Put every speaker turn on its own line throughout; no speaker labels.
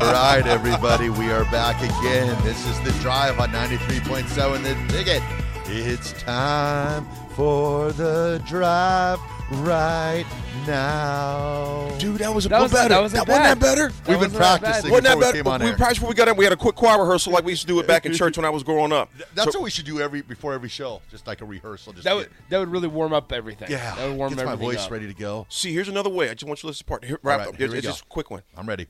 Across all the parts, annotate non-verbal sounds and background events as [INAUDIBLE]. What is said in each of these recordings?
All right, everybody, we are back again. This is the drive on 93.7 The Ticket. It's time for the drive right now.
Dude, that was a
That
bit
was-
better.
that wasn't
wasn't
bad.
that better?
We've been
wasn't that bad.
practicing
Wasn't that
before
better?
we came on
we
air.
practiced before we got in. We had a quick choir rehearsal like we used to do it back
[LAUGHS]
in church when I was growing up.
That's
So-
what we should do every before every show, just like a rehearsal. Just
That would
get-
that would really warm up everything.
yeah,
that would warm
gets my
everything
voice
up.
ready to go.
See, here's another way. I just want you to listen to part. Here,
All
wrap
right,
up.
here we
it's
go.
just a quick one.
I'm ready.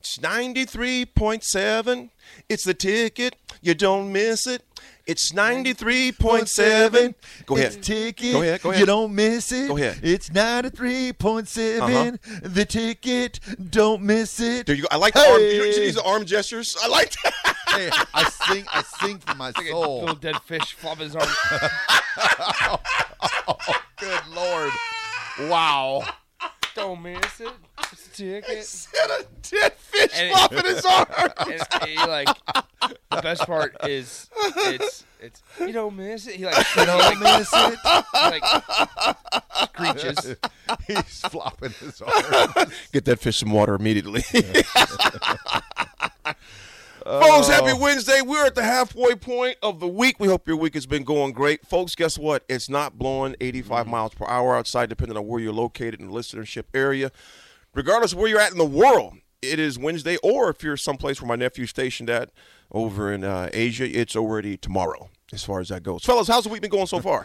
It's 93.7. It's the ticket. You don't miss it. It's 93.7. Go
It's
ahead.
ticket.
Go ahead, go
You
ahead.
don't miss it.
Go ahead.
It's 93.7. The ticket. Don't miss it.
There you go. I like the arm. You know, see these arm gestures. I like that.
[LAUGHS]
[LAUGHS]
Hey, I sing. I sing for my soul.
Little dead fish flop his arm.
[LAUGHS]
Good lord. Wow.
Don't miss it. It's a ticket.
And a dead fish
And it-
flopping his arm.
And he like the best part is it's it's you don't miss it. He like
You don't miss it.
like
[LAUGHS]
screeches.
He's flopping his arm.
Get that fish some
[LAUGHS]
water immediately. [LAUGHS]
Uh,
Folks, happy Wednesday. We're at the halfway point of the week. We hope your week has been going great. Folks, guess what? It's not blowing 85
Mm-hmm.
miles per hour outside, depending on where you're located in the listenership area. Regardless of where you're at in the world, it is Wednesday, or if you're someplace where my nephew's stationed at over in uh, Asia, it's already tomorrow, as far as that goes. Fellas, how's the week been going so
[LAUGHS]
far?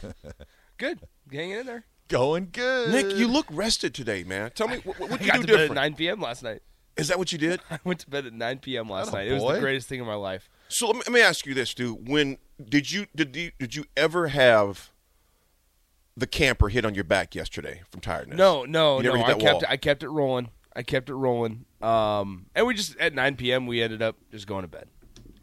Good, hanging in there.
Going good.
Nick, you look rested today, man. Tell me,
[LAUGHS]
what, what
I
did you
got
do
to bed at
different?
9 p.m. last night. [LAUGHS]
Is that what you did?
I went to bed at 9 p.m. last
Atta
night. It was
boy.
the greatest thing in my life.
So let me, let me ask you this, dude. When did you did you, did you ever have the camper hit on your back yesterday from tiredness?
No, no,
You never
no.
hit
I
that
kept
wall.
I kept it rolling. I kept it rolling. Um, and we just at 9 p.m. we ended up just going to bed.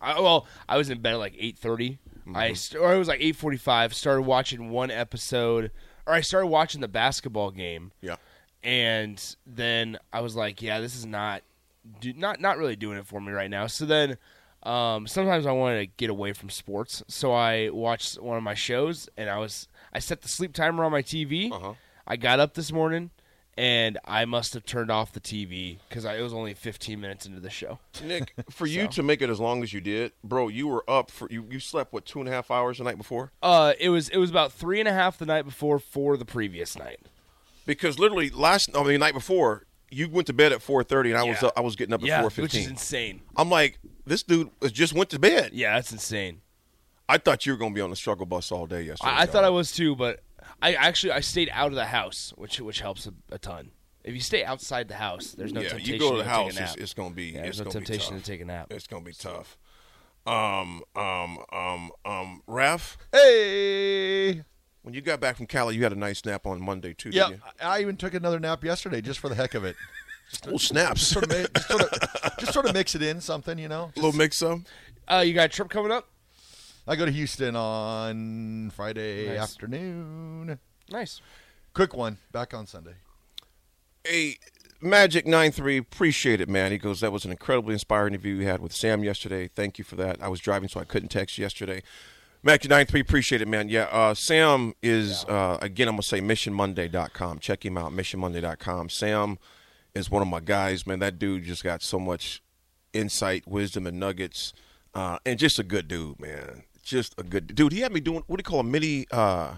I, well, I was in bed at like 8:30.
Mm-hmm.
I st- or it was like 8:45. Started watching one episode, or I started watching the basketball game.
Yeah.
And then I was like, yeah, this is not do, not not really doing it for me right now. So then um, sometimes I wanted to get away from sports. So I watched one of my shows and I was I set the sleep timer on my TV.
Uh-huh.
I got up this morning and I must have turned off the TV cuz it was only 15 minutes into the show. [LAUGHS]
Nick, for you to make it as long as you did, bro, you were up for you. You slept what two and a half hours the night before?
Uh it was it was about three and a half the night before for the previous night.
Because literally last, I mean, the night before, you went to bed at four thirty, and I was
Yeah.
up, I was getting up at
Yeah,
four
which is
fifteen.
insane.
I'm like, this dude was- just went to bed.
Yeah, that's insane.
I thought you were gonna be on the struggle bus all day yesterday.
I, I
dog.
thought I was too, but I actually I stayed out of the house, which which helps a, a ton. If you stay outside the house, there's no
yeah,
temptation
you go to the house,
take a nap.
it's, it's gonna be.
yeah, there's
it's
no
gonna be
temptation to
tough.
take a nap.
It's gonna be tough. Um, um, um, um, Raf,
Hey.
when you got back from Cali, you had a nice nap on Monday too,
Yeah,
didn't
I I even took another nap yesterday just for the heck of it.
you? Oh, snaps.
Sort of,
[LAUGHS]
ma- just, sort of, just sort of mix it in something, you know.
little mix up.
Uh, you got a trip coming up?
I go to Houston on Friday
Nice.
afternoon.
Nice.
Quick one, back on Sunday.
Hey, Magic 93, appreciate it, man. He goes, That was an incredibly inspiring interview you had with Sam yesterday. Thank you for that. I was driving, so I couldn't text yesterday. Magic 93, appreciate it, man. Yeah, uh, Sam is, uh, again, I'm going to say missionmonday.com. Check him out, missionmonday.com. Sam is one of my guys, man. That dude just got so much insight, wisdom, and nuggets, uh, and just a good dude, man. Just a good dude. He had me doing, what do you call a mini, uh,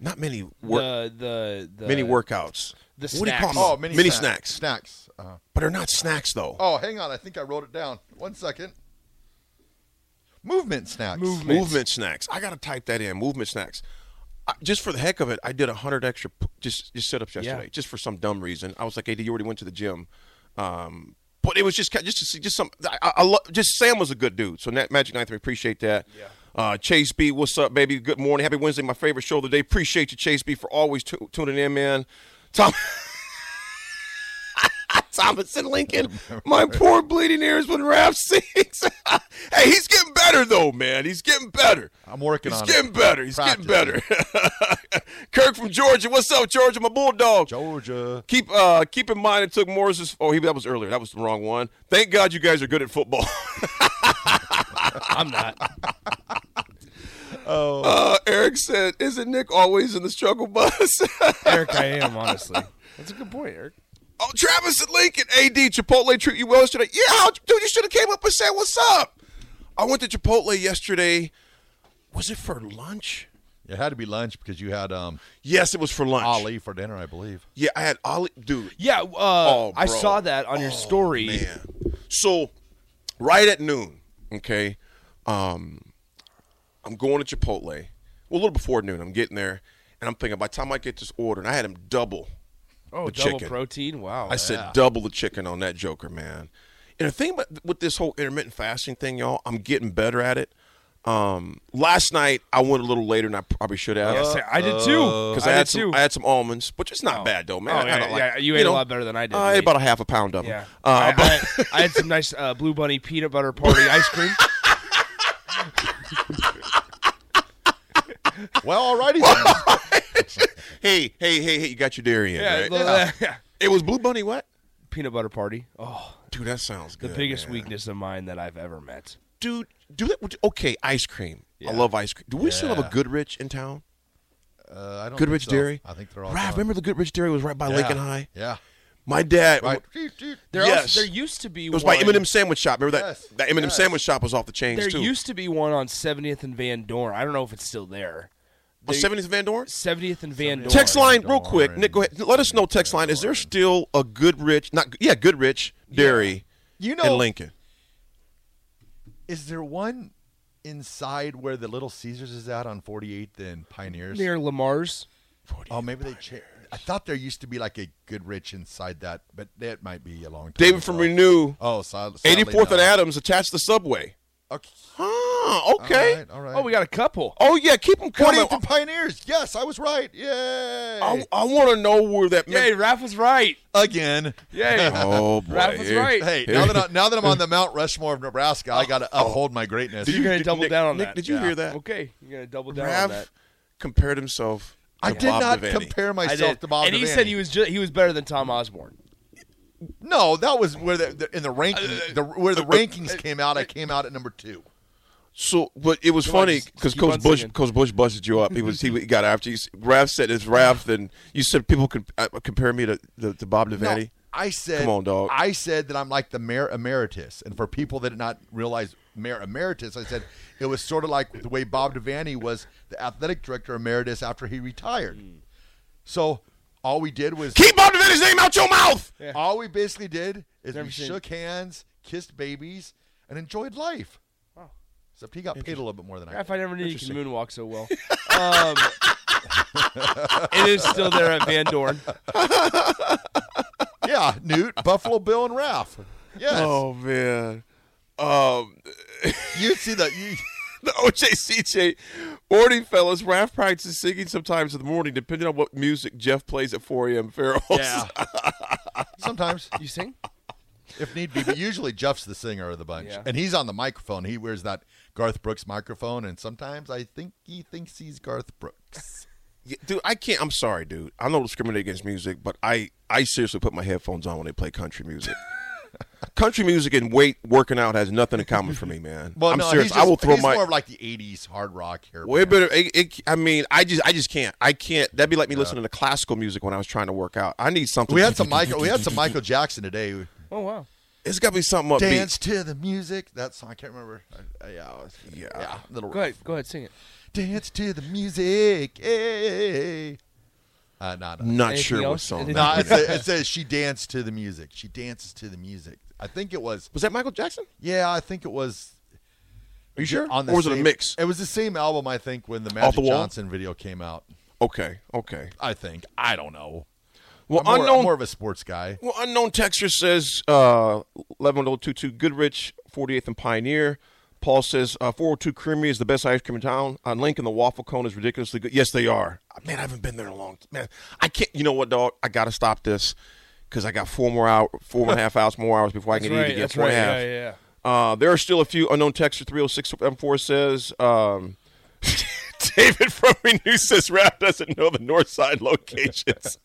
not mini work,
the the the
mini workouts.
the
what do you call
snacks.
them?
Oh, mini,
Mm. mini
snacks. Oh,
snacks.
Snacks. Uh,
But they're not snacks though.
oh, hang on. I think I wrote it down. One second. Movement snacks.
Movement.
Movement snacks. I gotta type that in. Movement snacks. I, just for the heck of it, I did hundred extra p- just just sit ups yesterday,
Yeah.
just for some dumb reason. I was like, "Hey, you already went to the gym," um, but it was just ki- just to see just some. I, I, I lo- just Sam was a good dude, so Nat, Magic Nine Three appreciate that. Yeah. Uh, Chase B, what's up, baby? Good morning, happy Wednesday, my favorite show of the day. Appreciate you, Chase B, for always tu- tuning in, man. Tom. Thomas and Lincoln. My poor bleeding ears when Raph [LAUGHS] sings. hey, he's getting better though, man. He's getting better.
I'm working
he's
on it.
getting better. He's getting better. [LAUGHS] Kirk from Georgia. What's up, Georgia? My bulldog.
Georgia.
Keep uh keep in mind it took Morris's oh he that was earlier. That was the wrong one. Thank God you guys are good
[LAUGHS]
at football.
I'm not.
[LAUGHS] Uh, Eric said, Isn't Nick always in the struggle bus? [LAUGHS]
Eric, I am, honestly. That's a good point, Eric.
Oh, Travis and Lincoln, AD, Chipotle treat you well yesterday. Yeah, how, dude, you should have came up and said what's up. I went to Chipotle yesterday. Was it for lunch?
[LAUGHS] It had to be lunch because you had um,
Yes, it was for lunch.
Ali for dinner, I believe.
Yeah, I had Ollie, dude.
Yeah, uh,
Oh,
I
bro.
saw that on your story.
Man. So, right at noon, okay, um, I'm going to Chipotle. Well, a little before noon, I'm getting there, and I'm thinking by the time I get this order, and I had him double
Oh,
the
double
chicken.
protein. Wow.
I said double the chicken on that Joker, man. And the thing about with this whole intermittent fasting thing, y'all, I'm getting better at it. Um, last night I went a little later than I probably should have.
Yes, I- I did too.
Because
I
Uh, I, had
did
some,
too.
I had some almonds, which is not bad though, man.
Oh,
I had
yeah,
a lot-
yeah, you ate a lot better than I did,
I ate
mate.
about a half a pound of them.
Yeah. I,
Uh, but-
I- I had some nice uh, Blue Bunny peanut butter party ice
[LAUGHS]
cream.
Well, alrighty.
[LAUGHS]
then.
hey, hey, hey, hey, you got your dairy in,
Yeah,
right?
yeah.
It was Blue Bunny what?
[LAUGHS] Peanut butter party. Oh,
Dude, that sounds
the
good.
biggest
man.
weakness of mine that I've ever met.
Dude, do that. Okay, ice cream. I love ice cream. Do we still have a
Yeah.
Goodrich in town?
Uh, I don't
Goodrich
think so.
Dairy.
I think they're all.
Right,
gone.
remember the Goodrich Dairy was right by
yeah.
Lincoln High.
Yeah.
My dad.
Right.
There
Yes.
also- there used to be
It was
one,
by Eminem Sandwich Shop. Remember that?
Yes,
That Eminem
yes.
Sandwich Shop was off the chains
There
too.
used to be one on 70th and Van Dorn. I don't know if it's still there.
on 70th Van Dorn.
70th and Van Dorn.
Text line, real
Dorn.
quick. Nick, go ahead. Let us know. Text line. Is there still a Goodrich? Not yeah, Goodrich Dairy.
You
in
know-
Lincoln.
Is there one inside where the Little Caesars is at on 48th and Pioneers?
near Lamar's.
oh, maybe they. Cha- I thought there used to be like a Goodrich inside that, but that might be a long time.
David from
ago.
Renew,
Oh, so, sadly,
eighty fourth and
no.
Adams, attached to the subway.
Okay.
Huh, okay.
All right. All right.
Oh, we got a couple.
Oh yeah, keep them coming.
48th and Pioneers. Yes, I was right. Yay!
I, want to know where that.
Yay, Raph was right.
Again.
Yay.
[LAUGHS] Oh boy.
Raph was right.
Hey, now that I, now that I'm on the Mount Rushmore of Nebraska, I got to
Oh.
uphold my greatness.
You're going to
did-
double
Nick-
down on
Nick,
that.
did you hear that?
Okay. You're going to double down on
Raph
that.
compared himself.
I
to
did
Bob
not
Devaney.
compare
I
myself
did.
to Bob.
and he
Devaney.
said he was ju- he was better than Tom Osborne.
No, that was where the, the in the ranking
Uh,
the, where the rankings came out. I came out at number two.
So, but it was
on,
funny
just
because
keep
Coach
on
Bush,
singing.
Coach Bush busted you up. He was he got after you. Raph said it's Raph, and you said people could uh, compare me to, to, to Bob
No,
Devaney.
I said,
Come on, dog.
I said that I'm like the mayor emeritus, and for people that did not realize mayor emeritus, I said it was sort of like the way Bob Devaney was the athletic director emeritus after he retired.
Hmm.
So all we did was
Keep Bob Devaney's name out your mouth.
all we basically did is
Never
we
seen-
shook hands, kissed babies, and enjoyed life. Except he got paid a little bit more than I.
Raph, I never knew you could moonwalk so well. Um, [LAUGHS] it is still there at Van Dorn.
yeah, Newt, Buffalo Bill, and Ralph. Yes,
[LAUGHS] Oh man. Um,
you see the you,
[LAUGHS]
[LAUGHS]
the OJCJ morning fellas. Raph practices singing sometimes in the morning, depending on what music Jeff plays at 4 a.m. Farrell's.
yeah. Sometimes,
You sing?
if need be, but usually Jeff's the singer of the bunch,
Yeah.
and he's on the microphone. He wears that Garth Brooks microphone, and sometimes I think he thinks he's Garth Brooks.
Yeah, dude, I can't. I'm sorry, dude. I don't discriminate against music, but I I seriously put my headphones on when they play country
[LAUGHS]
music. country music and weight working out has nothing in common for me, man.
Well,
I'm
no,
serious.
He's just,
I will throw
he's
my
more of like the '80s hard rock here.
way better. It, it, I mean, I just I just can't. I can't. That'd be like me listening to classical music when I was trying to work out. I need something.
We had some Michael. We had some Michael Jackson today.
Oh wow.
[LAUGHS] It's got to be something upbeat.
Dance to the music. That song I can't remember. I, I, yeah, I was-
Yeah.
Little
Go ahead. Go ahead. Sing it.
dance to the music. Hey. Uh, no, no.
Not
Anything
sure what
else?
song.
Anything
No, it
that
[LAUGHS]
is.
says, it says she danced to the music. She dances to the music. I think it was.
was that Michael Jackson?
Yeah, I think it was.
Are you sure?
On the
or was it a
same-
mix?
It was the same album, I think, when the
Off the
Magic
Wall?
Johnson video came out.
Okay, okay.
I think. I don't know.
Well,
I'm more, I'm
unknown.
more of a sports guy.
Well, unknown texture says uh, 11022 Goodrich, 48th and Pioneer. Paul says uh, 402 Creamery is the best ice cream in town. On Lincoln, the waffle cone is ridiculously good. Yes, they are. Uh, Man, I haven't been there in a long Man, I can't. You know what, dog? I got to stop this because I got four more hour, four and a half hours, more hours before I
That's
can eat
right.
again.
That's
Four
right.
and a
Yeah,
half.
yeah.
Uh, there are still a few unknown texture. 30674 says. Um, [LAUGHS] David from Renew says Rap doesn't know the north side locations.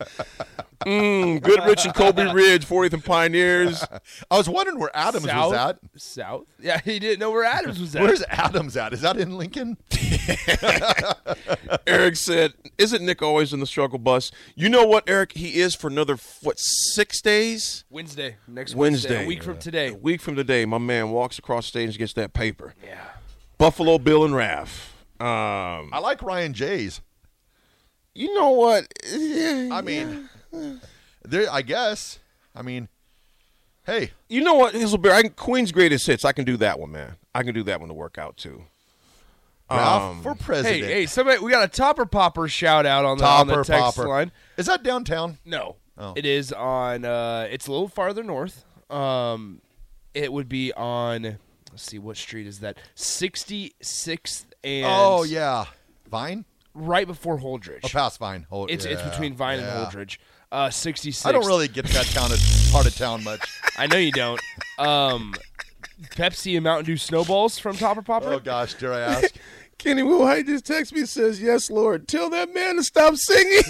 mm, Goodrich and Colby Ridge, 40th and Pioneers.
I was wondering where Adams was at.
South. South. Yeah, he didn't know where Adams was at.
Where's Adams at? Is that in [LAUGHS] Lincoln?
Eric said, Isn't Nick always in the struggle bus? You know what, Eric? He is for another, what, six days?
Wednesday? Next
Wednesday.
Wednesday, a week from
A
today.
week from today, my man walks across the stage and gets that paper.
Yeah.
Buffalo Bill and Raff. Um,
I like Ryan Jays.
you know what? Eh,
I mean, there. I guess. I mean, hey,
You know what, Hazelbear? I can, Queen's greatest hits. I can do that one, man. I can do that one to work out too.
Ralph
Um,
for
Hey,
president.
hey, somebody, we got a topper popper shout out on the, on the
topper
text
popper.
line.
Is that downtown?
No,
Oh.
it is on. Uh, it's a little farther north. Um, it would be on. Let's see, what street is that? Sixty sixth and
oh yeah, Vine.
right before Holdridge.
Oh, past Vine. Hold,
It's it's
yeah,
between Vine
yeah.
and Holdridge. Uh, sixty six.
I don't really get that town part of
[LAUGHS]
town much.
I know you don't. Um, Pepsi and Mountain Dew snowballs from Topper Popper.
Oh gosh, dare I ask?
Kenny Will Hyde just text me says, "Yes, Lord, tell that man to stop singing."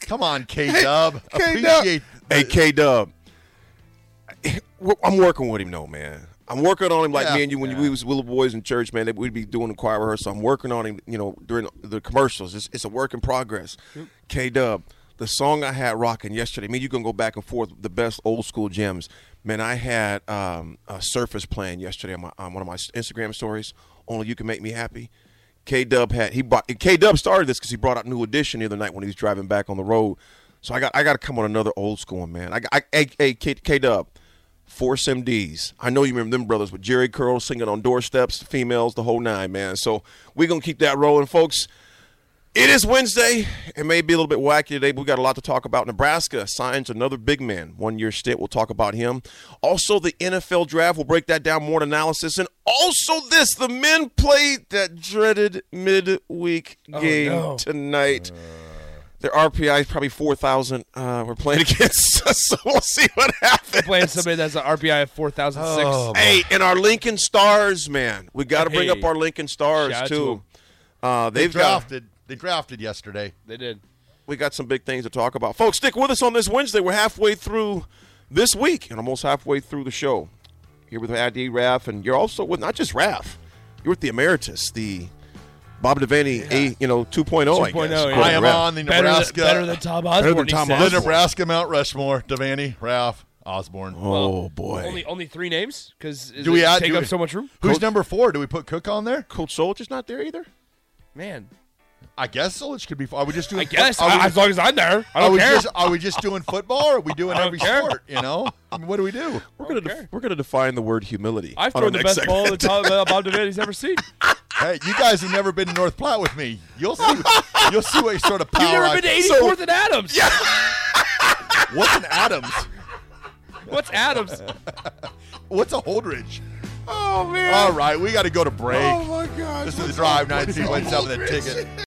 Come on, K Dub.
K-Dub.
Appreciate.
hey, K Dub, I'm working with him though, man. I'm working on him like
Yeah.
me and you when we was little boys in church, man. That we'd be doing the choir rehearsal. I'm working on him, you know, during the commercials. It's, it's a work in progress. K Dub, the song I had rocking yesterday. Me, and you can go back and forth. The best old school gems, man. I had um, a Surface playing yesterday on, my, on one of my Instagram stories. Only you can make me happy. K Dub had he brought K Dub started this because he brought out New Edition the other night when he was driving back on the road. So I got I got to come on another old school one, man. I, I, hey, hey K Dub, Force MDs. I know you remember them brothers with Jerry Curl singing on doorsteps, females, the whole nine, man. So we're gonna keep that rolling, folks. It is Wednesday. It may be a little bit wacky today, but we got a lot to talk about. Nebraska signs another big man, one year stint. We'll talk about him. Also, the NFL draft. We'll break that down more in analysis. And also, this the men played that dreaded midweek game
no.
tonight. Their RPI is probably 4,000. Uh, we're playing [LAUGHS] against, so we'll see what happens.
Playing somebody that's an RPI of four thousand six.
Oh,
Hey, and our Lincoln Stars, man. We got to
Hey.
bring up our Lincoln Stars,
Shout out to
too.
'em.
Uh,
They
they've got
drafted. They drafted yesterday.
They did.
we got some big things to talk about. Folks, stick with us on this Wednesday. We're halfway through this week and almost halfway through the show. Here with ID Raff, and you're also with not just Raff, you're with the emeritus, the Bob Devaney, a you know 2.0. I, guess,
2.0,
according
oh, yeah.
to
I am
Raff.
on the
Better than,
Nebraska.
better than Tom Osborne.
than
he
Tom
says.
the
Osborne.
Nebraska Mount Rushmore. Devaney, Ralph, Osborne.
Oh boy,
Only only three names because
do we add?
take
do
up
we-
so much room?
Who's number four? Do we put Cook on there?
Coach Soldier's not there either.
Man,
I guess Solich could be. Are we just doing?
I guess
Are we,
I- as long as I'm there, I
are
don't
we
care.
just are we just doing football? Or are we doing every
care.
sport? You know, I mean, what do we do?
We're gonna
Okay.
def- we're gonna define the word humility.
I've
on our
thrown the
next
best ball
segment.
that Tom, uh, Bob Devaney's ever seen.
Hey, you guys have never been to North Platte with me. You'll see. You'll see what sort of power.
You've never
I-
been to
So,
84th and Adams. Yeah.
what's an Adams?
What's Adams?
What's a Holdridge?
[LAUGHS] Oh man!
All right, we got to go to break.
Oh my God!
This is the drive 1917 the ticket.